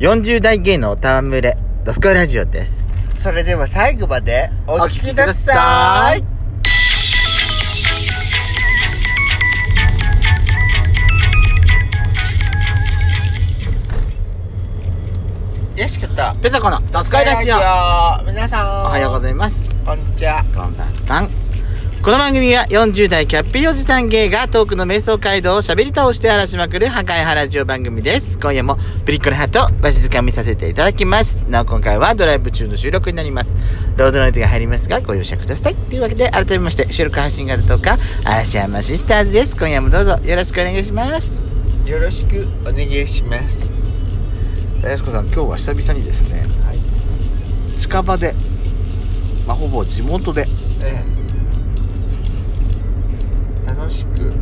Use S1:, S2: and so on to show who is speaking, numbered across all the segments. S1: 40代芸能戯れ、ドスコイラジオです。
S2: それでは最後までお聞きくだ
S1: お
S2: さ
S1: 聞
S2: い
S1: きく
S2: よしこと
S1: ペソコのドス
S2: スカ
S1: コイ
S2: イラ
S1: ラ
S2: ジ
S1: ジオ
S2: オ皆さん
S1: おはようございます。
S2: こんにちは
S1: こんばんは。この番組は40代キャッピリおじさん芸がトークの瞑想街道を喋り倒して荒らしまくる破壊派ラジオ番組です。今夜もブリッコのハートをわしづかみさせていただきます。なお今回はドライブ中の収録になります。ロードノイズが入りますがご容赦ください。というわけで改めまして収録配信型とか嵐山シスターズです。今夜もどうぞよろしくお願いします。
S2: よろしくお願いします
S3: やしこさん今日は久々にですね、近場で、まあ、ほぼ地元で
S2: ええ楽しく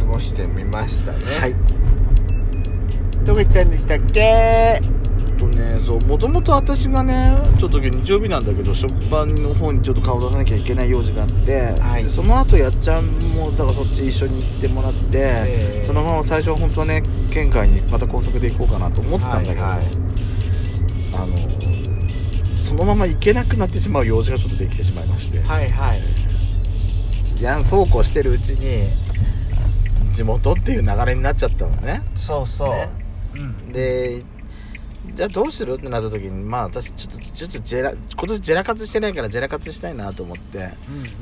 S2: 過ごしてみましたね
S3: はい
S2: どこ行ったんでしたっけ
S3: とねそうもともと私がねちょっと今日日曜日なんだけど職場の方にちょっと顔出さなきゃいけない用事があって、
S2: はい
S3: でその後やっちゃんもだからそっち一緒に行ってもらって、
S2: ええ
S3: そのまま最初本当はね県外にまた高速で行こうかなと思ってたんだけど、
S2: はいはい
S3: あのそのまま行けなくなってしまう用事がちょっとできてしまいまして、
S2: はいはい
S3: いやそうこうしてるうちに地元っていう流れになっちゃったのね
S2: そうそう、
S3: ね
S2: うん
S3: でじゃあどうするってなった時にまあ私ちょっとちょっとジェラ今年ジェラ活してないからジェラ活したいなと思って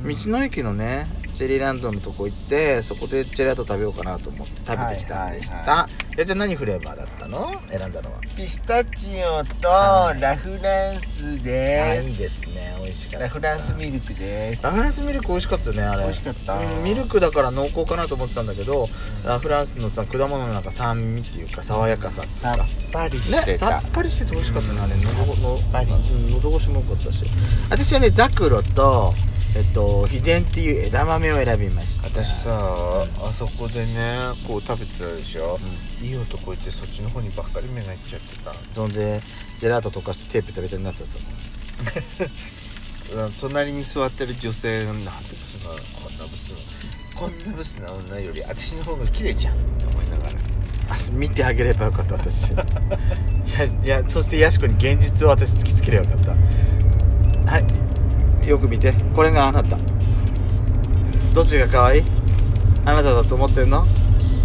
S2: うん
S3: 道の駅のねチェリーランドのとこ行ってそこでジェラート食べようかなと思って食べてきたんでした、
S2: はいいはい
S3: やじゃあ何フレーバーだったの選んだのは
S2: ピスタチオと
S3: はい
S2: ラフランス
S3: あ
S2: で
S3: いいですね美味しかっ
S2: す
S3: た
S2: ラフランスミルクです
S3: ラフランスミルク美味しかったねあれ
S2: 美味しかった
S3: うんミルクだから濃厚かなと思ってたんだけど、ラフランスのさ果物のなんか酸味っていうか爽やかさっていう
S2: さ
S3: か、
S2: っぱりして
S3: ね、
S2: た、
S3: さっぱりしてて美味しかったね、あれ喉の
S2: ぱり
S3: うん喉越しも良かったし私はねザクロとえっと秘伝っていう枝豆を選びました
S2: 私さあそこでねこう食べてたでしょ、いい男いてそっちの方にばっかり目がいっちゃってた
S3: そんでジェラート溶かしてテープ食べたになっちゃったの
S2: あの隣に座ってる女性なんてブスなこんなブスなこんなブスな女より私の方が綺麗じゃんって思いながら
S3: あ見てあげればよかった私 いやいやそしてヤシコに現実を私突きつければよかったはいよく見てこれがあなたどっちが可愛いあなただと思ってんの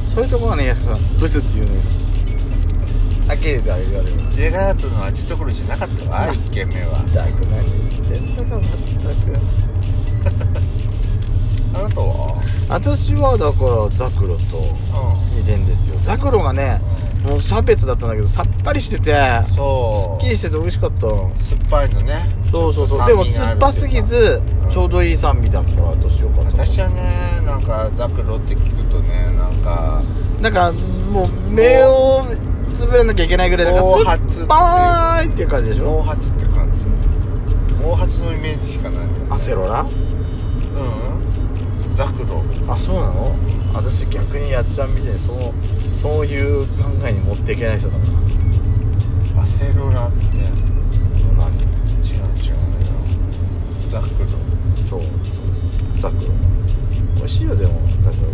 S3: そういうところがねヤシコさんブスっていうのよあきれてあげられる
S2: ジェラートの味どころじゃなかったわ1軒目は
S3: だく何言ってんだかまった
S2: あなたは
S3: く私はだからザクロと
S2: う
S3: 秘伝ですよザクロがねもうシャーベットだったんだけどさっぱりしてて
S2: んそう
S3: すっきりしてて美味しかった
S2: 酸っぱいのね
S3: そうそうそう
S2: ち
S3: で
S2: ょ
S3: も
S2: っと酸
S3: 酸っぱ
S2: 味があるって
S3: す
S2: いう
S3: ぎ
S2: か
S3: ず
S2: うん
S3: ちょうどいい酸味だから私よかった
S2: 私はねなんかザクロって聞くとねなんか
S3: なんかもう目をつぶらなきゃいけないぐらいだ
S2: 毛
S3: から
S2: 髪って
S3: 酸
S2: いう
S3: っぱーいっていう感じでし
S2: 毛
S3: ょ
S2: 髪って感じ毛髪のイメージしかないよね
S3: アセロラ
S2: うんザクロ
S3: あそうなの私逆にやっちゃんみたいにそうそういう考えに持っていけない人だから
S2: アセロラって
S3: 何
S2: 違う違うよザクロ
S3: そうそうそうザクロ美味しいよでもザクロ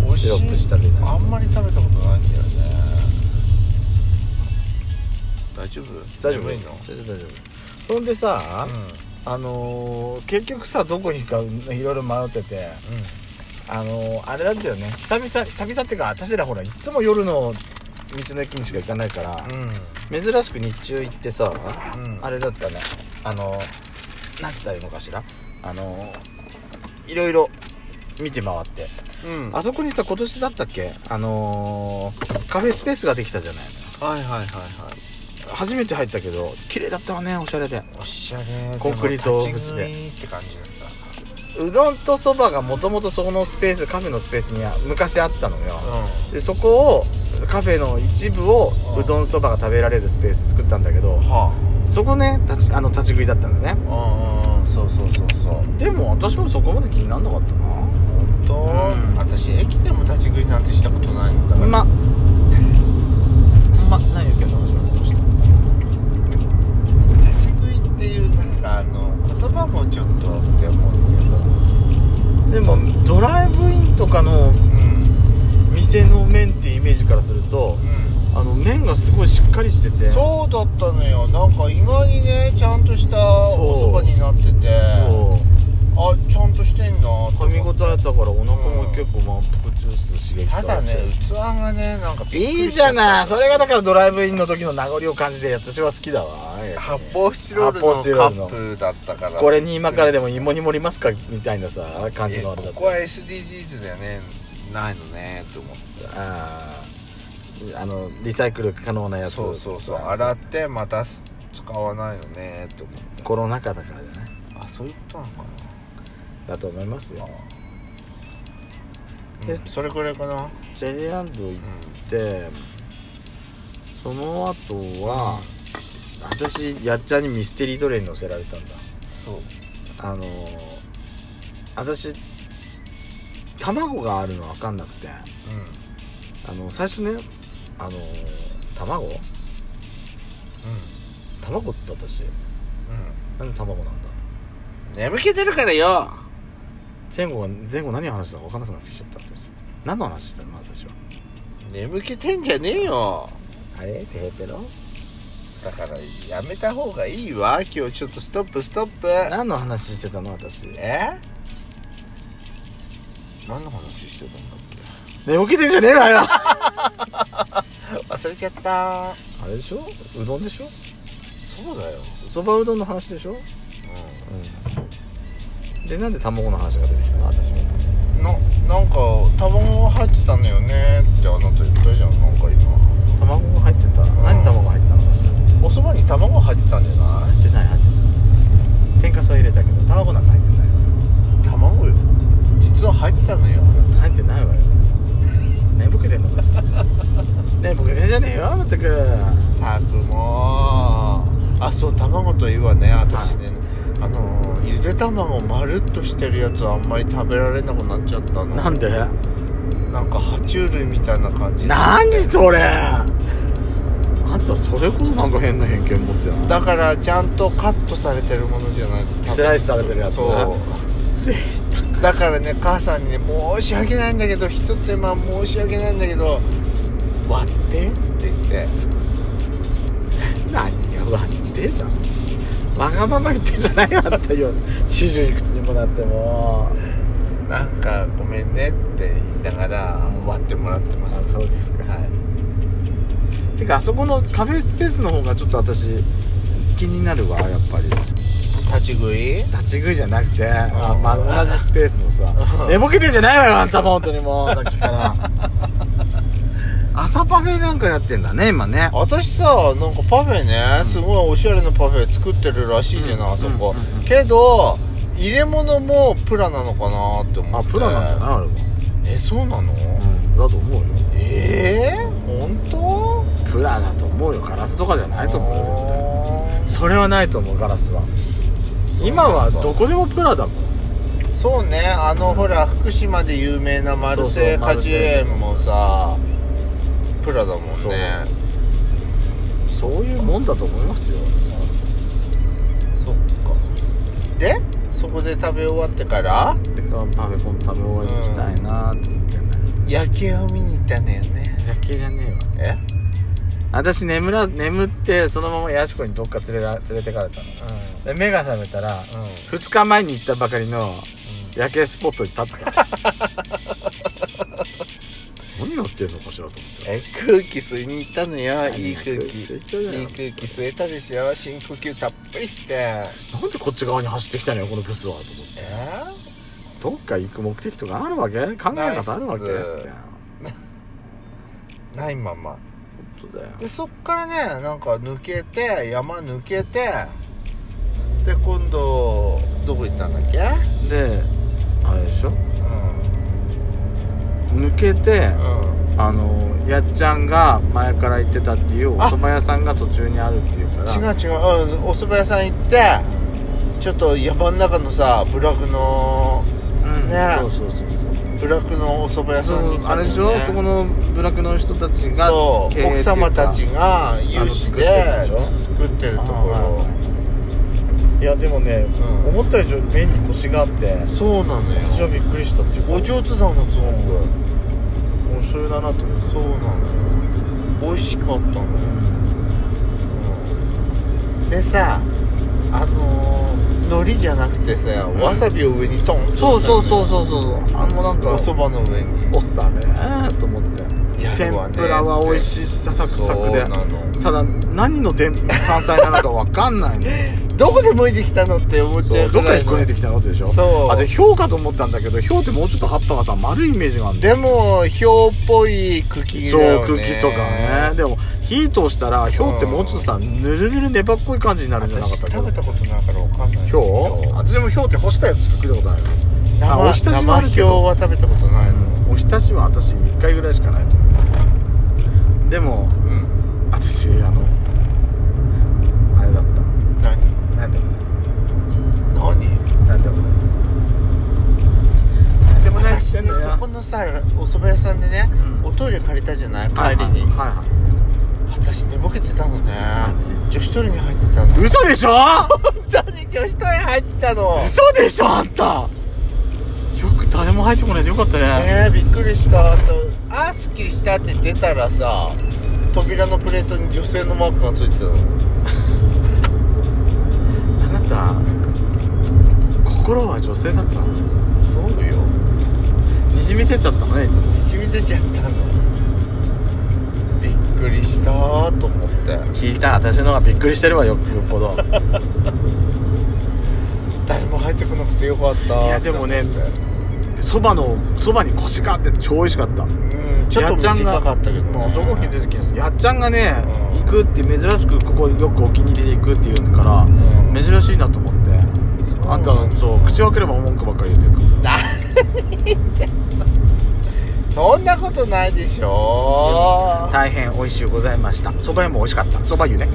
S3: が
S2: 美味しい
S3: シロップ仕立てない
S2: あんまり食べたことないんだよね大丈夫
S3: 大丈夫
S2: 眠いの
S3: 全然大丈夫ほんでさ、
S2: う
S3: あのー、結局さどこに行くかいろいろ迷ってて
S2: んうん
S3: あのー、あれだったよね久々久々っていうか私らほらいつも夜の道の駅にしか行かないから、珍しく日中行ってさ、
S2: うん
S3: あれだったねあのー、なんつったらいいのかしらあのー、いろいろ見て回って
S2: うんうん
S3: あそこにさ今年だったっけあのー、カフェスペースができたじゃない
S2: はいはいはいはい
S3: 初めて入ったけど綺麗だったわねおしゃれで
S2: おしゃれ
S3: コンクリート
S2: でも立ち食
S3: 縁
S2: いって感じなんだ
S3: うどんとそばがもともとそこのスペースカフェのスペースには昔あったのよ
S2: う、
S3: でそこをカフェの一部を
S2: うん
S3: うどんそばが食べられるスペース作ったんだけど
S2: んは
S3: そこね立ちあの立ち食いだったんだね
S2: あうんうんうんそうそうそうそう
S3: でも私もそこまで気になんなかったな
S2: 本当、
S3: うん
S2: 私駅でも立ち食いなんてしたことないんだから、
S3: まま何言ってんだ私はこの人
S2: 立ち食いっていうなんかあの言葉もちょっとって思うんだ
S3: でもドライブインとかの
S2: けどうん
S3: 店の麺ってイメージからすると
S2: うん
S3: あの麺がすごいしっかりしててで
S2: そうだったのよなんか意外にねちゃんとした
S3: そう
S2: おそばになってて
S3: そう
S2: あちゃんとしてんなと思
S3: 噛
S2: って
S3: み応えあったからお腹も結構満腹中枢刺激
S2: た
S3: されて
S2: だね器がねなんかびっく
S3: いい
S2: りし
S3: じ
S2: ちゃ
S3: ゃ
S2: った
S3: ないそれがだからドライブインの時の名残を感じて私は好きだわ
S2: 発泡スチロールの
S3: 発泡スチロールの
S2: カップだったから
S3: これに今からでも芋に盛りますかみたいなさ感じのあれ
S2: え
S3: だっ
S2: こ
S3: た
S2: こは SDGs だよねないのねと思って
S3: あーあのリサイクル可能なやつ
S2: そうそうそう洗ってまたす使わないのねと思って
S3: コロナ禍だからじゃない
S2: あそういうことなのかな
S3: だと思いますよ
S2: う
S3: え
S2: んそれぐらいかな
S3: チェリーランド行
S2: う
S3: ってその後は私やっちゃんにミステリートレイン乗せられたんだ
S2: んそう
S3: あのー私卵があるの分かんなくて
S2: う
S3: あの最初ねあのー卵
S2: ん
S3: 卵って私
S2: うんうん
S3: なんで卵なんだ
S2: 眠気出るからよ
S3: 前後が前後何話したか分かんなくなってきちゃったんですよ何の話してたの私は
S2: 眠気てんじゃねえよ
S3: あれテヘペロ
S2: だからやめた方がいいわ今日ちょっとストップストップ
S3: 何の話してたの私
S2: え何の話してたんだっ
S3: 寝起きてんじゃねえわよあ
S2: け忘れちゃった
S3: れでしょうどんでしょ
S2: そうだよ
S3: そばうどんの話でしょうんでなんで卵の話が出てきたの私は
S2: うんななんか卵が入ってたんだよねってあなた言ったじゃんなんか今
S3: 卵が入ってた何卵が入ってたの私
S2: おそばに卵入ってたんじゃな
S3: 入ってない入ってない天かすは入れたけど卵なんか入ってないわ
S2: い卵よ実は入ってたのよあな
S3: 入ってないわよ寝ぼけてんのかしら寝ぼけてんじゃねえよまったく
S2: たくもうあそう卵といえばね私ね、あのゆで卵まるっとしてるやつはあんまり食べられなくなっちゃったの
S3: なんで
S2: なんか爬虫類みたいな感じ
S3: 何それあんたそれこそなんか変な偏見持ってない
S2: だからちゃんとカットされてるものじゃないと食べ
S3: スライスされてるやつね
S2: そうだからね母さんにね申し訳ないんだけどひと手間申し訳ないんだけど割ってって言って
S3: 何がわってだわがまま言ってんじゃないよあんたよ四十いくつにもなっても
S2: なんかごめんねって言いながら割ってもらってます
S3: あそうですか
S2: はい
S3: てかあそこのカフェスペースの方がちょっと私気になるわやっぱり
S2: 立ち食い
S3: 立ち食いじゃなくて、あ
S2: うん
S3: まあ、同じスペースのさ
S2: うん
S3: 寝ぼけてんじゃないわよあんたも本当にもうさっきから 朝パフェなんかやってんだね今ね
S2: 私さなんかパフェねすごいおしゃれなパフェ作ってるらしいじゃない、
S3: うん
S2: あそこ、
S3: うんうんうん
S2: けど入れ物もプラなのかなって思
S3: あ
S2: って
S3: プラなんじゃないあれは
S2: えそうなの、
S3: うんだと思うよ
S2: ええー、本
S3: プラだと思うよガラスとかじゃな
S2: 当
S3: いと思うよ絶対
S2: あー
S3: それはないと思うガラスは今はどこでもプラだもん
S2: そうねあのほら福島で有名なマル
S3: そう
S2: セイ
S3: そうマ
S2: 果
S3: ル
S2: 樹
S3: セイ
S2: 園もさプラだもんね
S3: そういうもんだと思いますよ
S2: そっかでそこで食べ終わってから
S3: でかパフェコン食べ終わりにしたいなと思ってんだよ
S2: 夜景を見に行ったんだよね
S3: 邪気じゃねえわ
S2: え
S3: 私眠ら眠ってそのままヤシコにどっか連れら連れてかれたので目が覚めたら、
S2: うん、うん
S3: 2日前に行ったばかりの
S2: うん
S3: 夜景スポットに立って た何やってんのかしらと思って
S2: え空気吸いに行ったのよ
S3: い
S2: いい空気
S3: 空気吸いたよ
S2: いい空気吸えたでしょ深呼吸たっぷりして
S3: なんでこっち側に走ってきたのよこのブスはと思って
S2: え
S3: どっか行く目的とかあるわけ考え方あるわけっ
S2: ナイス
S3: つって
S2: ーないまま
S3: 本当だよ
S2: でそっからねなんか抜けて山抜けてで今度どこ行ったんだっけ
S3: であれでしょ
S2: う
S3: 抜けて
S2: んうん
S3: あのやっちゃんが前から行ってたっていうお
S2: あ
S3: 蕎麦屋さんが途中にあるっていうから
S2: 違う違う、うん、お蕎麦屋さん行ってちょっと山の中のさブラックの
S3: うん
S2: ね
S3: そうそうそうそう
S2: ブラックのお蕎麦屋さんに行った
S3: あ
S2: んだ
S3: れ
S2: よ
S3: でしょ
S2: ね
S3: そこの部落の人たちが
S2: そう奥様たちが有志で
S3: あの
S2: 作ってると
S3: と
S2: こ
S3: ころいやでもね、
S2: うん
S3: 思った以上麺にコシがあって
S2: ろそうなの
S3: 私は
S2: よ
S3: びっくりしたっていうか
S2: お上手だなすごく
S3: 面白いだなと思って
S2: そうなのよ美味しかったのよさあのー海苔じゃなくてさ、
S3: ん
S2: わさびを上にトンと
S3: そうそうそう
S2: う
S3: そうそうそうあのなんか
S2: おそばの上に
S3: おっさねーと思って
S2: や
S3: 天
S2: るわね
S3: ぷらは美味しさサクサクで
S2: そうなの
S3: ただ何の天山菜なのかわかん ないの
S2: どこで向いてきたのって思っちゃう
S3: ど
S2: ぐ
S3: っからら
S2: い
S3: 引っ
S2: の
S3: こ抜いてきたことでしょ
S2: そう
S3: あでヒョウかと思ったんだけどヒョウってもうちょっと葉っぱがさ丸いイメージがあるんだよ
S2: でもひょうっぽい茎だ
S3: そう
S2: よ、ね、
S3: 茎とかねでも火通したらヒョウってもうちょっとさぬるぬる粘っこい感じになるんじゃなか
S2: 私
S3: ったっけ
S2: 食べたことないからわかんない
S3: ヒョウ私でもヒョウって干したやつしか食いたことないの
S2: 生
S3: あおひたしもあるけど
S2: 生ひょうは食べたことないの
S3: おひたしは私1回ぐらいしかないと思うでも
S2: うん
S3: 私あのあれだった
S2: 何
S3: なんでもない
S2: 何
S3: なんでもないなんでもないって
S2: 私
S3: 言
S2: ね
S3: ってんだよ
S2: そこのさお蕎麦屋さんでね、
S3: うん
S2: おトイレ借りたじゃない
S3: はい
S2: 帰
S3: は
S2: り
S3: い
S2: に、
S3: はいは
S2: 私寝ぼけてたのね女子トイレに入ってたの
S3: い嘘でし ょ
S2: 当に女子トイレ入ってたの
S3: 嘘でしょあんたよく誰も入ってこないでよかったね
S2: ねえびっくりしたあと「あーすっきりした」って出たらさ扉のプレートに女性のマークがついてたの
S3: あなた心は女性だったの
S2: そうよ
S3: にじみ出ちゃったのねいつも
S2: 一味出ちゃったのびっくりしたーと思って
S3: 聞いた私の方がびっくりしてるわよよっぽど
S2: 誰も入ってこなくてよかっ た
S3: いやでもね
S2: って思って
S3: そばのそばに腰があって超美味しかった
S2: うんちょっと短かったけど、ね、
S3: まあ、どこに出てきたんですやっちゃんがね、
S2: うん
S3: 行くって珍しくここよくお気に入りで行くって言うから、
S2: ん
S3: 珍しいなと思って
S2: そう
S3: あんたそう口分ければ文句ばっかり言ってるから
S2: そんなことないでしょ
S3: 大変美味しゅうございましたそば屋も美味しかったそば湯ね